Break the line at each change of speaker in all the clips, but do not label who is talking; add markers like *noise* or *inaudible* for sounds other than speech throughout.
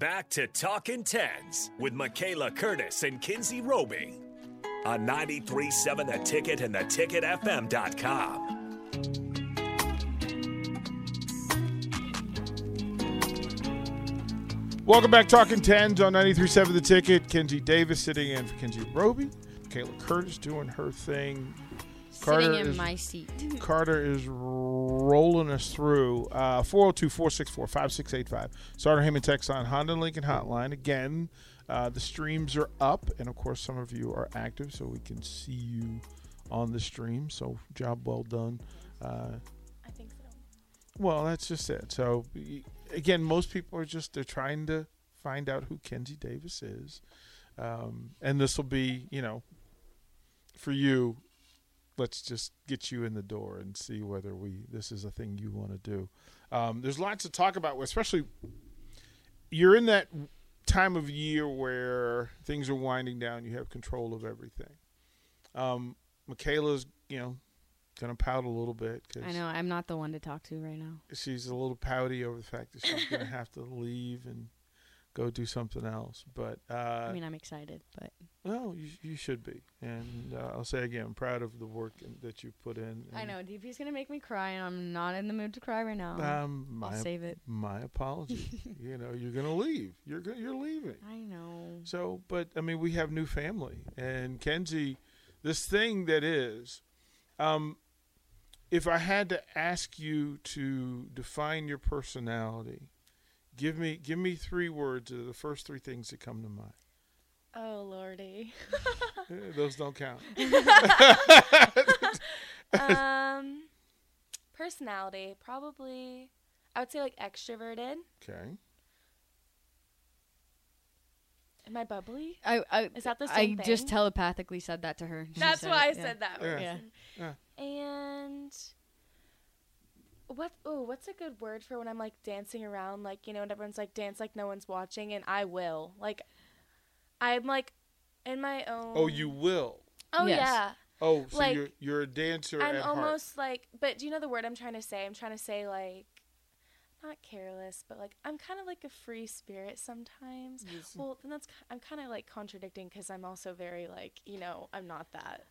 back to Talking Tens with Michaela Curtis and Kinsey Roby on 93.7 The Ticket and theticketfm.com.
Welcome back, Talking Tens on 93.7 The Ticket. Kenzie Davis sitting in for Kenzie Roby. Michaela Curtis doing her thing.
sitting in
is,
my seat.
Carter is rolling us through. Uh, 402 464 5685. Starter Heyman Text on Honda Lincoln Hotline. Again, uh, the streams are up, and of course, some of you are active, so we can see you on the stream. So, job well done. Uh,
I think so.
well, that's just it. So, y- again, most people are just they're trying to find out who Kenzie Davis is, um, and this will be, you know, for you. Let's just get you in the door and see whether we this is a thing you want to do. Um, there's lots to talk about, especially you're in that time of year where things are winding down. You have control of everything. Um, Michaela's, you know, gonna pout a little bit. 'cause
I know I'm not the one to talk to right now.
she's a little pouty over the fact that she's
*laughs*
going to have to leave and go do something else. But uh,
I mean, I'm excited, but
well, you, you should be, and uh, I'll say again, I'm proud of the work in, that you put in.
I
and,
know DP's gonna make me cry, and I'm not in the mood to cry right now.
Um, my
I'll save it.
my
*laughs*
apology. you know, you're going to leave. You're go- you're leaving.
I know.
So, but I mean, we have new family, and Kenzie, this thing that is, um, if I had to ask you to define your personality, give me give me three words of the first three things that come to mind.
Oh lordy.
Eh, Those don't count.
um, personality probably. I would say like extroverted. *laughs*
Okay.
Am I bubbly?
I, I
Is that the
I
same
just
thing?
telepathically said that to her. She
That's why I
it, yeah.
said that.
Yeah.
word.
Yeah.
And what? Oh, what's a good word for when I'm like dancing around, like you know, and everyone's like dance like no one's watching, and I will. Like, I'm like in my own.
Oh, you will.
Oh
Yes.
yeah.
Oh, so
Like,
you're you're a dancer
I'm
at
almost like, but do you know the word I'm trying to say? I'm trying to say like, not careless, but like I'm kind of like a free spirit sometimes.
Yes.
Well, then that's ki- I'm kind of like contradicting because I'm also very like you know I'm not that.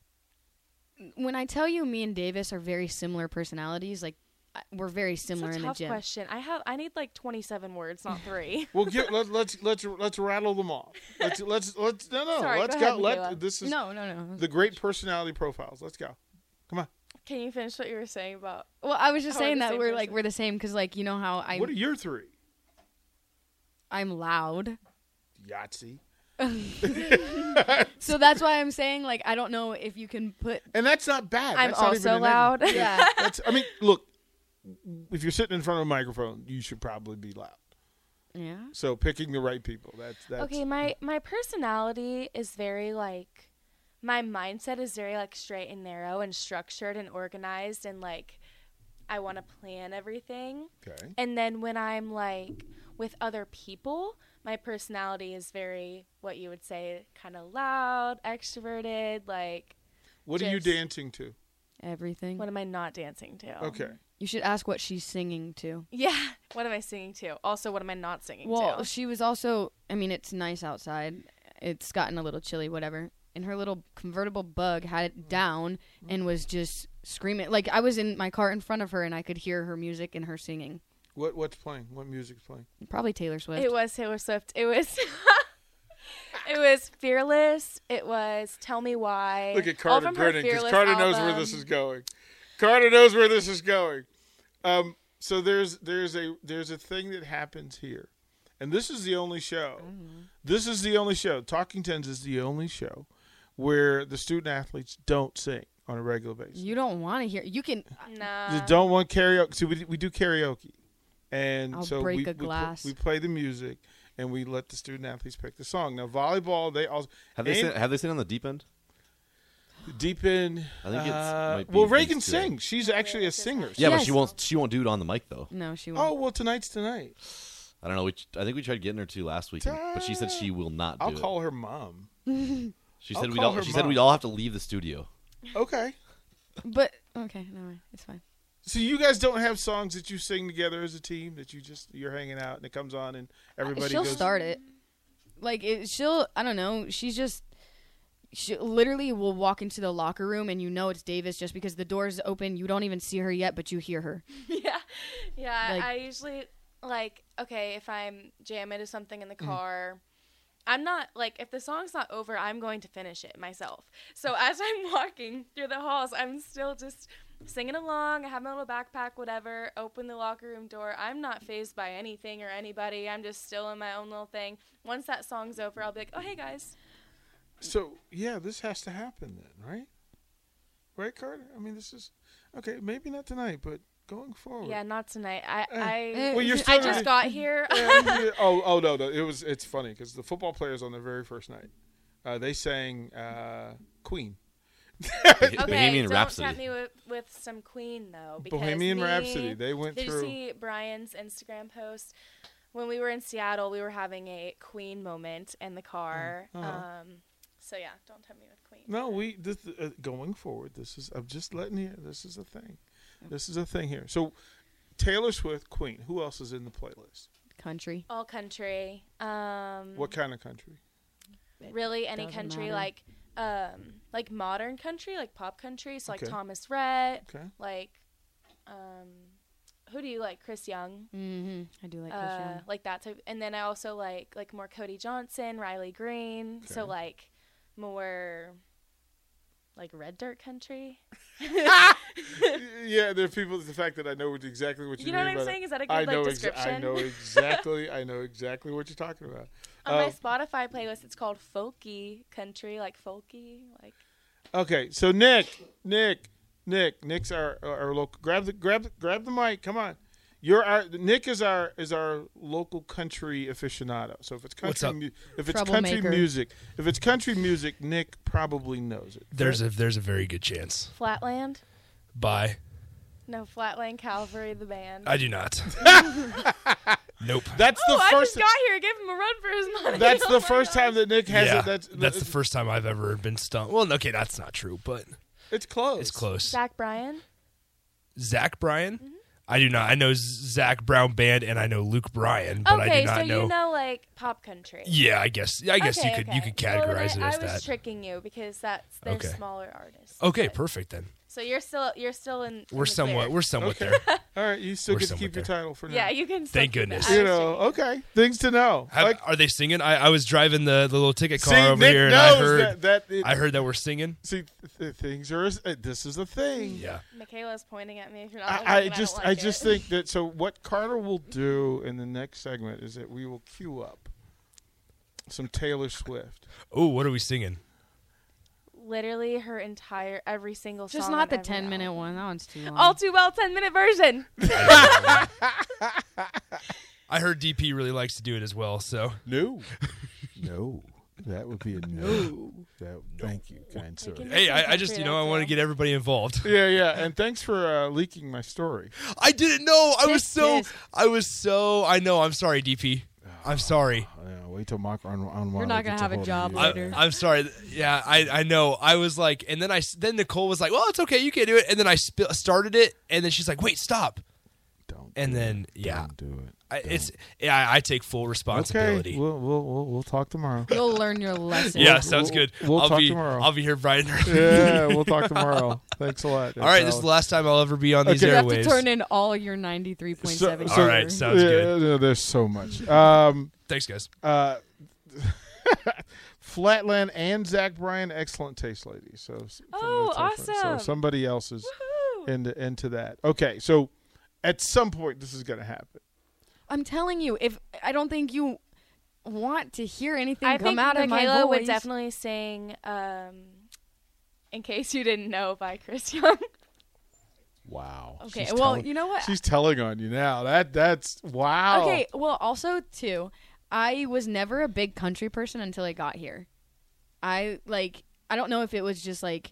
When I tell you, me and Davis are very similar personalities. Like I- we're very similar
it's a
in
tough
the gym.
question. I have I need like 27 words, not
*laughs*
three.
Heart.
*laughs*
Well, get, let, let's let's let's rattle them off. Let's let's let's no no.
Sorry,
let's
go
go.
ahead, Michaela.
let this is
No, no, no.
the great personality profiles. Let's go. Come on.
Can you finish what you were saying about?
well, I was just
Oh, we're
saying
the
that
same
we're like
person.
we're the same because like you know how I'm
what are your three?
I'm loud.
Yahtzee.
So that's why I'm saying like I don't know if you can put
And that's not bad.
I'm
That's not
also
even a negative.
loud.
yeah.
That's, I mean, look, if you're sitting in front of a microphone, you should probably be loud.
Yeah.
So picking the right people. That's that's
okay, my my personality is very like my mindset is very like straight and narrow and structured and organized and like I want to plan everything.
okay.
And then when I'm like with other people, my personality is very what you would say kind of loud, extroverted, like
What are you
just-
dancing to?
Everything.
what am I not dancing to?
Okay.
You should ask what she's singing to.
*laughs* Yeah. What am I singing to? Also, what am I not singing
Well,
to?
she was also. I mean, it's nice outside. It's gotten a little chilly, whatever. And her little convertible bug had it down and was just screaming. Like I was in my car in front of her, and I could hear her music and her singing.
What what's playing? What music's playing?
Probably Taylor Swift.
It was Taylor Swift. It was. *laughs* it was Fearless. It was Tell Me Why.
Look at
All
Carter
from her
grinning because
Fearless
Carter knows where
album.
this is going. Carter knows where this is going. Um, so there's there's a there's a thing that happens here, and this is the only show.
Mm-hmm.
This is the only show. Talking Tens is the only show where the student athletes don't sing on a regular basis.
You don't want to hear. You can.
Nah.
They don't want karaoke. See, we, we do karaoke, and
I'll
so
break
we,
a
we pl-
glass.
We, play the music, and we let the student athletes pick the song. Now volleyball, they also
Have they
and-
seen, have they seen on the deep end?
deep in.
I think it's-
uh,
might be
well, Reagan
mixed, yeah.
sings. She's actually a singer.
Yeah, but
Yes.
she won't. She won't do it on the mic though.
No, she
Oh
won't.
well, tonight's tonight.
I don't know. We, I think we tried getting her to last week, but she said she will not do
I'll
it.
call her mom.
she
I'll
said we
call
all.
her
She said
mom. *laughs*
we'd all have to leave the studio.
Okay.
But okay, no, it's fine.
So you guys don't have songs that you sing together as a team that you just you're hanging out and it comes on and everybody
she'll
goes
start it. Like it, she'll, I don't know. She's just, she literally will walk into the locker room and you know it's Davis just because the door's open. You don't even see her yet, but you hear her.
yeah, yeah.
Like-
I usually like okay if I'm jamming to something in the car. I'm not like if the song's not over, I'm going to finish it myself. So *laughs* as I'm walking through the halls, I'm still just singing along. I have my little backpack, whatever. Open the locker room door. I'm not phased by anything or anybody. I'm just still in my own little thing. Once that song's over, I'll be like, oh hey guys.
So yeah, this has to happen then, right? Right, Carter? I mean this is okay, maybe not tonight, but going forward.
Yeah, not tonight. I
Eh,
I,
Well, you're
I
still
just got *laughs* here. Uh,
Yeah, *laughs* oh, oh no, no! It was it's funny because the football players on their very first night, uh, they sang uh, Queen.
Okay,
Bohemian
don't tempt
Rhapsody.
me with, with some Queen though. Because
Bohemian
me-
Rhapsody, they went
Did
through-
you see Brian's Instagram post? When we were in Seattle, we were having a Queen moment in the car.
Oh, uh-huh.
Um, so yeah, don't tempt me with Queen.
No, we this, uh, going forward. This is I'm just letting you. This is a thing. This is a thing here. So Taylor Swift, Queen. Who else is in the playlist?
Country.
All country. Um,
What kind of
*laughs*
country?
really any
Doesn't
country
matter.
like um, like modern country, like pop country. So like
Okay.
Thomas Rhett,
Okay.
like um, who do you like? Chris Young.
Mm-hmm. I do like Chris
uh,
Young.
like that type. And then I also like like more Cody Johnson, Riley Green. So
Okay.
like more like red dirt country.
yeah, there are people. The fact that I know exactly what you,
You know what
mean
I'm
by that.
saying? Is that a good
I
like
know exa-
description?
I
*laughs*
know exactly. I know exactly what you're talking about.
On
Um,
my Spotify playlist, it's called folky country, like folky, like
Okay, so Nick, Nick, Nick, Nick's our our local. Grab the grab the, grab the mic. Come on, you're our Nick is our is our local country aficionado. So if it's
What's
country,
up?
mu- if it's country
Troublemaker.
music, if it's country music, Nick probably knows it.
There's a there's a very good chance.
Flatland.
Bye.
No, Flatland Calvary, the band.
I do not. *laughs* nope.
That's the
oh, I
first.
just got here. Give him a run for his money.
that's
*laughs* Oh
the
my
first
God.
time that Nick has
yeah,
it. That's
that's, the first time I've ever been stung. Well, okay, that's not true, but
It's close.
it's close. Zach,
Zach Mm-hmm. Bryan.
Bryan. I do not. I know Zach Brown Band, and I know Luke Bryan, but I
okay,
do not
so
know.
you know like pop country.
Yeah, I guess. I guess you
Okay,
could
okay.
you could
Well, then
categorize
I,
it as
I was
that.
tricking you because that's they're
Okay.
smaller artists.
okay,
But-
perfect then.
So you're still you're still in. in
We're
the
somewhat
clear.
we're somewhat
Okay.
there.
*laughs* All right, you still
We're
get to
somewhere
keep your
there.
title for now.
*laughs* yeah, you can. Still
Thank
keep it.
goodness.
I
You
was
know.
thinking-
Okay, things to know.
Have-
like,
are they singing? I, I was driving the, the little ticket car
see,
over
Nick
here, and
knows
I heard
that, that it-
I heard that we're singing.
See, th- th- things are. Uh, this is a thing.
Yeah,
Michaela's pointing at me. If you're not. looking,
I, I
don't
just,
like
I
it.
just think that. So what Carter will do in the next segment is that we will queue up some Taylor Swift.
Oh, what are we singing?
*laughs* literally her entire every single
Just
song
not the
on every
10 minute
album.
one. That one's too long.
All too well ten
*laughs*
minute version.
I heard DP really likes to do it as well. So
No,
*laughs* No, that would be a no. That, Thank you, kind sir.
Taking-
hey, I, I just you know I want to get
*laughs*
everybody involved.
yeah, yeah. And thanks for uh, leaking my story.
I didn't know. I was
This
so
is-
I was so I know. I'm sorry, DP. I'm sorry.
Yeah, wait till Mark on on
We're not gonna have a job
I,
later.
I'm sorry. Yeah, I, I know. I was like, and then I s- then Nicole was like, "Well, it's okay, you can do it." And then I sp- started it, and then she's like, "Wait, stop!"
Don't.
And
do it.
then yeah,
Don't do it.
I, it's yeah, I, I take full *laughs* responsibility.
Okay, we'll, we'll, we'll, we'll
*laughs*
talk tomorrow.
You'll learn your
*laughs*
lesson.
yeah, sounds good.
we'll
I'll
talk
be
tomorrow.
I'll be here bright and early.
yeah, we'll talk tomorrow. Thanks a lot.
*laughs* All right, this is the last time I'll ever be on these
Okay.
You have
airwaves.
to turn in all your 93.7.
So-
All right, sounds
yeah,
good.
no, there's so much. Um,
Thanks, guys.
uh, *laughs* Flatland and Zach Bryan, excellent taste, ladies. So s- from
Oh,
the taste lady.
awesome.
So somebody else is
Woohoo!
into into that. Okay, so at some point this is going to happen.
I'm telling you, if I don't think you want to hear anything
I
come
think
out of
Michaela
my voice,
would definitely sing. Um, in case you didn't know, by Chris Young.
Wow.
Okay,
She's
well,
telling-
you know what?
She's telling on you now. That that's wow.
Okay, well, also too, I was never a big country person until I got here. I like, I don't know if it was just like,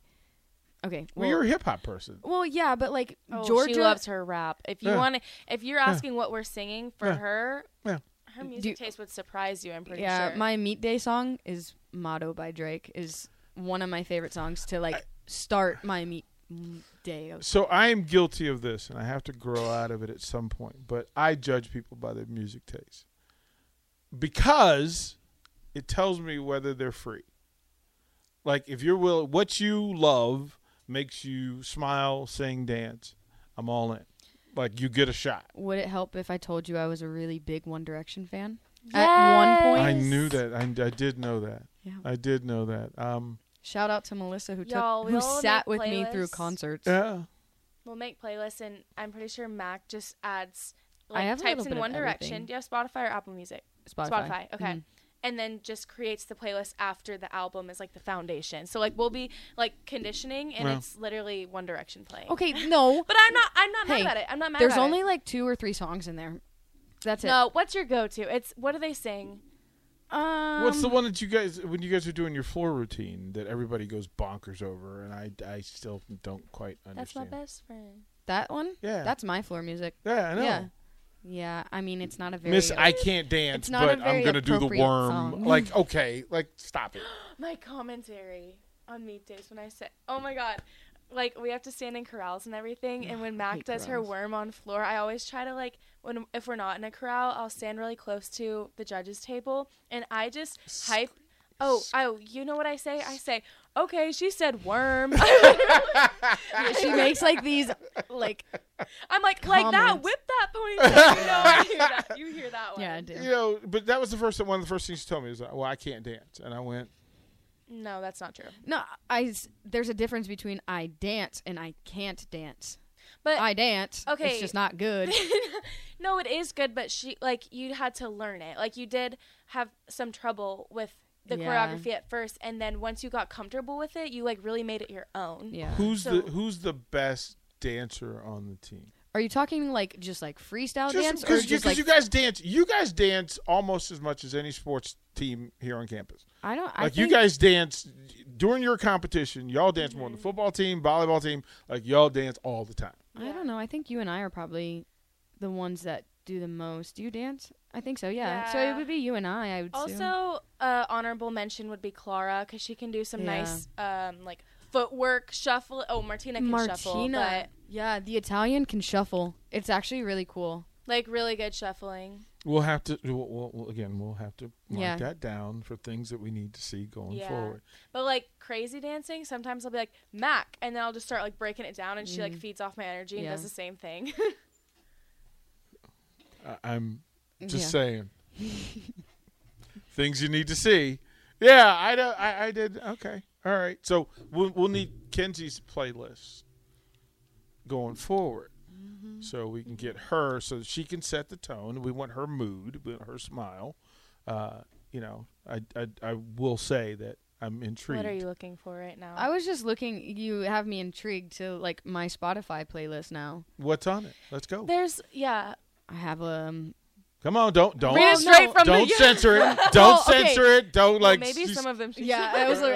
okay,
well,
well,
you're a hip hop person.
well, yeah, but like
Oh,
Georgia
she loves her rap. If you
Yeah.
want to, if you're asking what we're singing for
Yeah.
her,
Yeah.
her music
Do-
taste would surprise you. I'm pretty
Yeah,
sure.
my meat day song is "Motto" by Drake is one of my favorite songs to like start my meat m- day. Of,
So I am guilty of this, and I have to grow out of it at some point. But I judge people by their music taste because it tells me whether they're free. Like if you're will, what you love makes you smile, sing, dance. I'm all in. Like you get a shot.
would it help if I told you I was a really big One Direction fan? At one point,
I knew that. I, I did know that.
Yeah.
I did know that. Um.
Shout out to Melissa who
Y'all,
took
we
who
all
sat
make
with me through
playlists.
concerts.
Yeah.
We'll make playlists, and I'm pretty sure Mac just adds
I
like
have a
types
little
in
bit of
One Direction.
everything.
Do you have Spotify or Apple Music?
Spotify.
Okay.
Mhm.
And then just creates the playlist after the album is like the foundation. So like we'll be like conditioning, and
Well.
it's literally One Direction playing.
Okay, no.
But I'm not. I'm not
Hey,
mad at it. I'm not mad.
There's
about
only
It.
like two or three songs in there. That's
No. What's your go-to? It's what do they sing?
it. Um,
What's the one that you guys when you guys are doing your floor routine that everybody goes bonkers over, and I I still don't quite
That's my
understand.
best friend.
That one?
Yeah.
That's my floor music.
Yeah, I know.
Yeah. Yeah, I mean it's not a very *laughs*
Miss, I can't dance,
It's not a
but I'm
very
gonna do the
appropriate
worm.
song.
*laughs* Like, okay, like stop
*gasps*
it.
My commentary on meet days when I said, "Oh my god." Like we have to stand in corrals and everything, and when Mac
hate
does her
corrals.
worm on floor, I always try to like when if we're not in a corral, I'll stand really close to the judges table, and I just hype. Oh, oh, you know what I say? I say, okay, she said
*laughs*
worm.
she makes like these
*laughs*
like
I'm like, like that,
Comments.
whip that ponytail. You know, I hear that. You hear that
*laughs*
one?
Yeah, I do.
You know, but that was the first one of the first things she told me was, like, well, I can't dance, and I went,
No, that's not true.
No, I s- there's a difference between I dance and I can't dance.
But
I dance.
Okay.
It's just not
*laughs*
good.
No, it is good, but she like you had to learn it. Like you did have some trouble with the
Yeah.
choreography at first, and then once you got comfortable with it, you like really made it your own.
yeah.
who's
So-
the who's the best dancer on the team?
Are you talking like just like freestyle dance
Just
Oh, or
because you,
just
'cause
like
you guys dance, you guys dance almost as much as any sports team here on campus.
I don't I
Like
think,
you guys dance during your competition, y'all dance more than
Mm-hmm.
the football team, volleyball team. Like y'all dance all the time.
I don't know. I think you and I are probably the ones that do the most. Do you dance? I think so. Yeah. So
Yeah.
it would be you and I. I would assume.
Also, uh, honorable mention would be Clara because she can do some
Yeah.
nice um like footwork shuffle. Oh, Martina can shuffle,
Martina.
but
Yeah, the Italian can shuffle. It's actually really cool.
like really good shuffling.
We'll have to we'll, we'll, we'll- again. We'll have to mark
Yeah.
that down for things that we need to see going
Yeah.
forward.
But like crazy dancing, sometimes I'll be like Mac, and then I'll just start like breaking it down, and she like feeds off my energy and
Yeah.
does the same thing. *laughs*
I, I'm just
Yeah.
*laughs*
saying things you need to see. Yeah, I, do, I I did okay. All right, so we'll we'll need Kenzie's playlist going forward,
Mm-hmm.
so we can get her so that she can set the tone. We want her mood, we want her smile. Uh, you know, I, I I will say that I'm intrigued.
What are you looking for right now?
I was just looking. You have me intrigued to like my Spotify playlist now.
What's on it? Let's go.
There's yeah.
I have um.
Come on, don't don't Oh,
Read
Well,
it
no,
straight from *laughs*
don't
the. Oh,
censor it. Don't
Well, okay.
censor it. Don't *laughs* like.
maybe
just-
some of them.
*laughs*
She
Yeah,
said.
I was like, *laughs*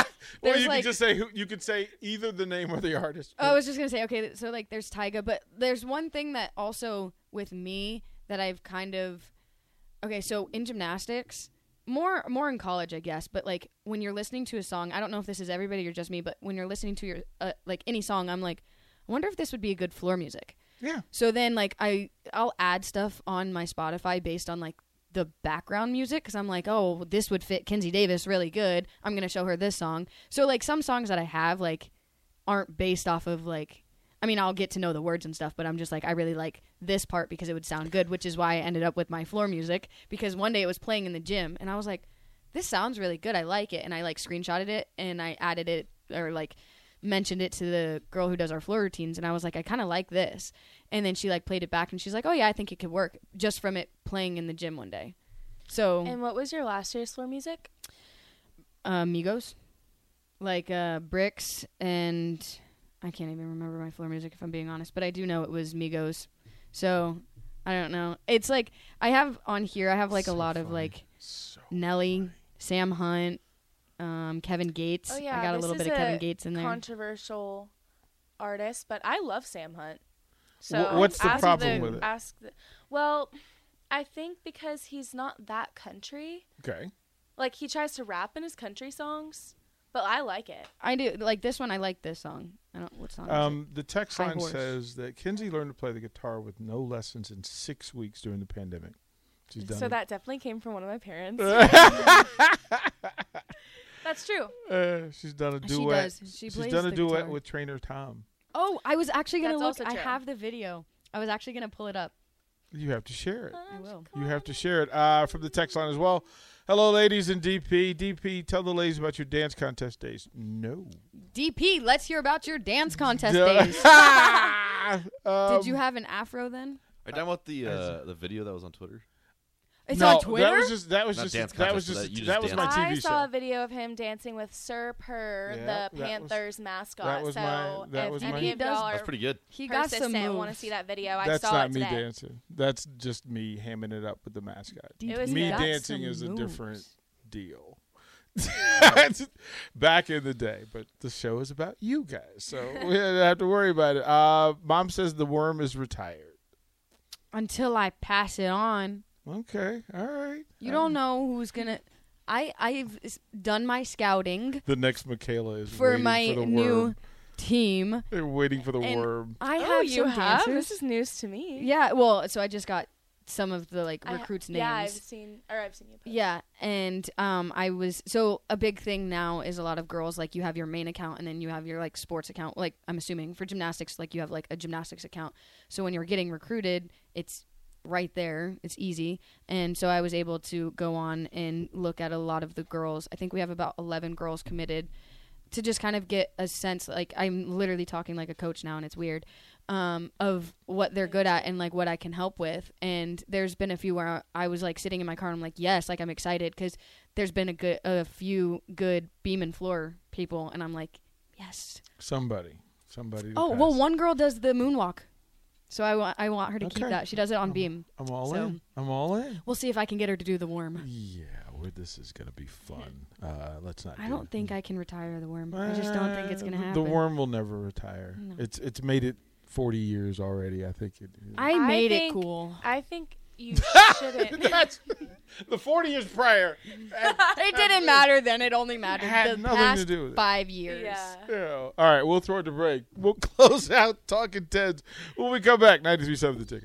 Uh, *laughs* or
there's
you
like-
can just say who. You can say either the name or the artist.
Oh, I was just gonna say okay. So like, there's Tyga, but there's one thing that also with me that I've kind of okay. So in gymnastics, more more in college, I guess. But like when you're listening to a song, I don't know if this is everybody or just me, but when you're listening to your uh, like any song, I'm like, I wonder if this would be a good floor music.
yeah.
So then like I I'll add stuff on my Spotify based on like the background music cuz I'm like, "Oh, this would fit Kinsey Davis really good. I'm going to show her this song." So like some songs that I have like aren't based off of like I mean, I'll get to know the words and stuff, but I'm just like I really like this part because it would sound good, which is why I ended up with my floor music because one day it was playing in the gym and I was like, "This sounds really good. I like it." And I like screenshotted it and I added it or like mentioned it to the girl who does our floor routines and I was like I kind of like this and then she like played it back and she's like oh yeah I think it could work just from it playing in the gym one day so
And what was your last year's floor music?
uh, Migos like uh Bricks and I can't even remember my floor music if I'm being honest but I do know it was Migos so I don't know it's like I have on here I have like a lot of like Nelly Sam Hunt um, Kevin Gates I got a
Oh, this
little
is
bit of Kevin Gates in there
Controversial artist, but I love Sam Hunt. So
Wh- what's the
ask
problem
the-
with it?
Ask the, well, I think because he's not that country.
Okay.
Like he tries to rap in his country songs, but but I like it.
I do like this one. I like this song. I don't what song. is it?
Um, the text
High
line
horse.
says that Kinsey learned to play the guitar with no lessons in six weeks during the pandemic. She's done
So
it.
that definitely came from one of
*laughs*
my parents. That's true.
Uh, she's done a duet.
She does. She
she's
plays
done a
the
duet
guitar.
with trainer Tom.
Oh, I was actually gonna
That's
look.
also
I
true.
have the video. I was actually gonna pull it up.
You have to share it.
I will.
You have to share it uh, from the text line as well. Hello, ladies and DP. DP, tell the ladies about your dance contest days. No.
DP, let's hear about
*laughs*
your dance contest
Duh.
days.
*laughs* Um,
Did you have an afro then?
Are you talking about the uh, the video that was on Twitter?
It's
no,
on Twitter.
That was just that was
Not
just
dance
that was
contest, but
just
that you
that
just
was my
danced.
I
TV
saw a
show.
video of him dancing with Sir Purr,
Yeah, that
the
was-
Panthers mascot.
that was
so
my- that
if
was
any
my-
of y'all
That's
are
pretty good.
he got some
persistent and want to
moves.
see that video, I
That's
saw
not
it
me
today.
dancing. That's just me hamming it up with the mascot.
It was
me
got
dancing
some
is a
moves.
different deal. *laughs* Back in the day, but the show is about you guys,
*laughs*
so we don't have to worry about it. Uh, Mom says the worm is retired.
Until I pass it on.
Okay, all right.
You don't know who's gonna. I I've s- done my scouting
The next Michaela is
for
waiting
my
for the
new
worm.
team.
They're waiting for the
and
worm.
I
Oh,
have
you
some
have?
dancers.
This is news to me.
yeah, well, so I just got some of the like
I-
recruits'
Yeah, I've
names.
seen, or I've seen you. post.
Yeah, and um, I was so a big thing now is a lot of girls like you have your main account and then you have your like sports account. Like I'm assuming for gymnastics, like you have like a gymnastics account. So when you're getting recruited, it's right there. It's easy, and so I was able to go on and look at a lot of the girls. I think we have about 11 girls committed to just kind of get a sense. Like I'm literally talking like a coach now, and it's weird. Um, of what they're good at and like what I can help with. And there's been a few where I was like sitting in my car and I'm like, yes, like I'm excited because there's been a good a few good beam and floor people, and I'm like, yes.
Somebody, somebody. to
Oh well,
pass.
one girl does the moonwalk, so I want I want her to keep
Okay.
that. She does it on beam.
I'm all
so-
in. I'm all in.
We'll see if I can get her to do the worm.
Yeah, well, this is gonna be fun. Uh, let's not.
I
do
don't
it.
think I can retire the worm. I just don't think it's gonna
Uh,
happen.
The worm will never retire.
No.
It's it's made it 40 years already. I think it.
I
I
made it
think-
cool.
I think
*laughs*
you shouldn't.
That's the 40 years prior.
It didn't matter then. It only mattered
Had
the
nothing to
past
do with it.
five years.
*laughs* yeah.
*laughs* Yeah. All right, we'll throw it to break. We'll close out talking tens when we come back. 93.7 the ticket.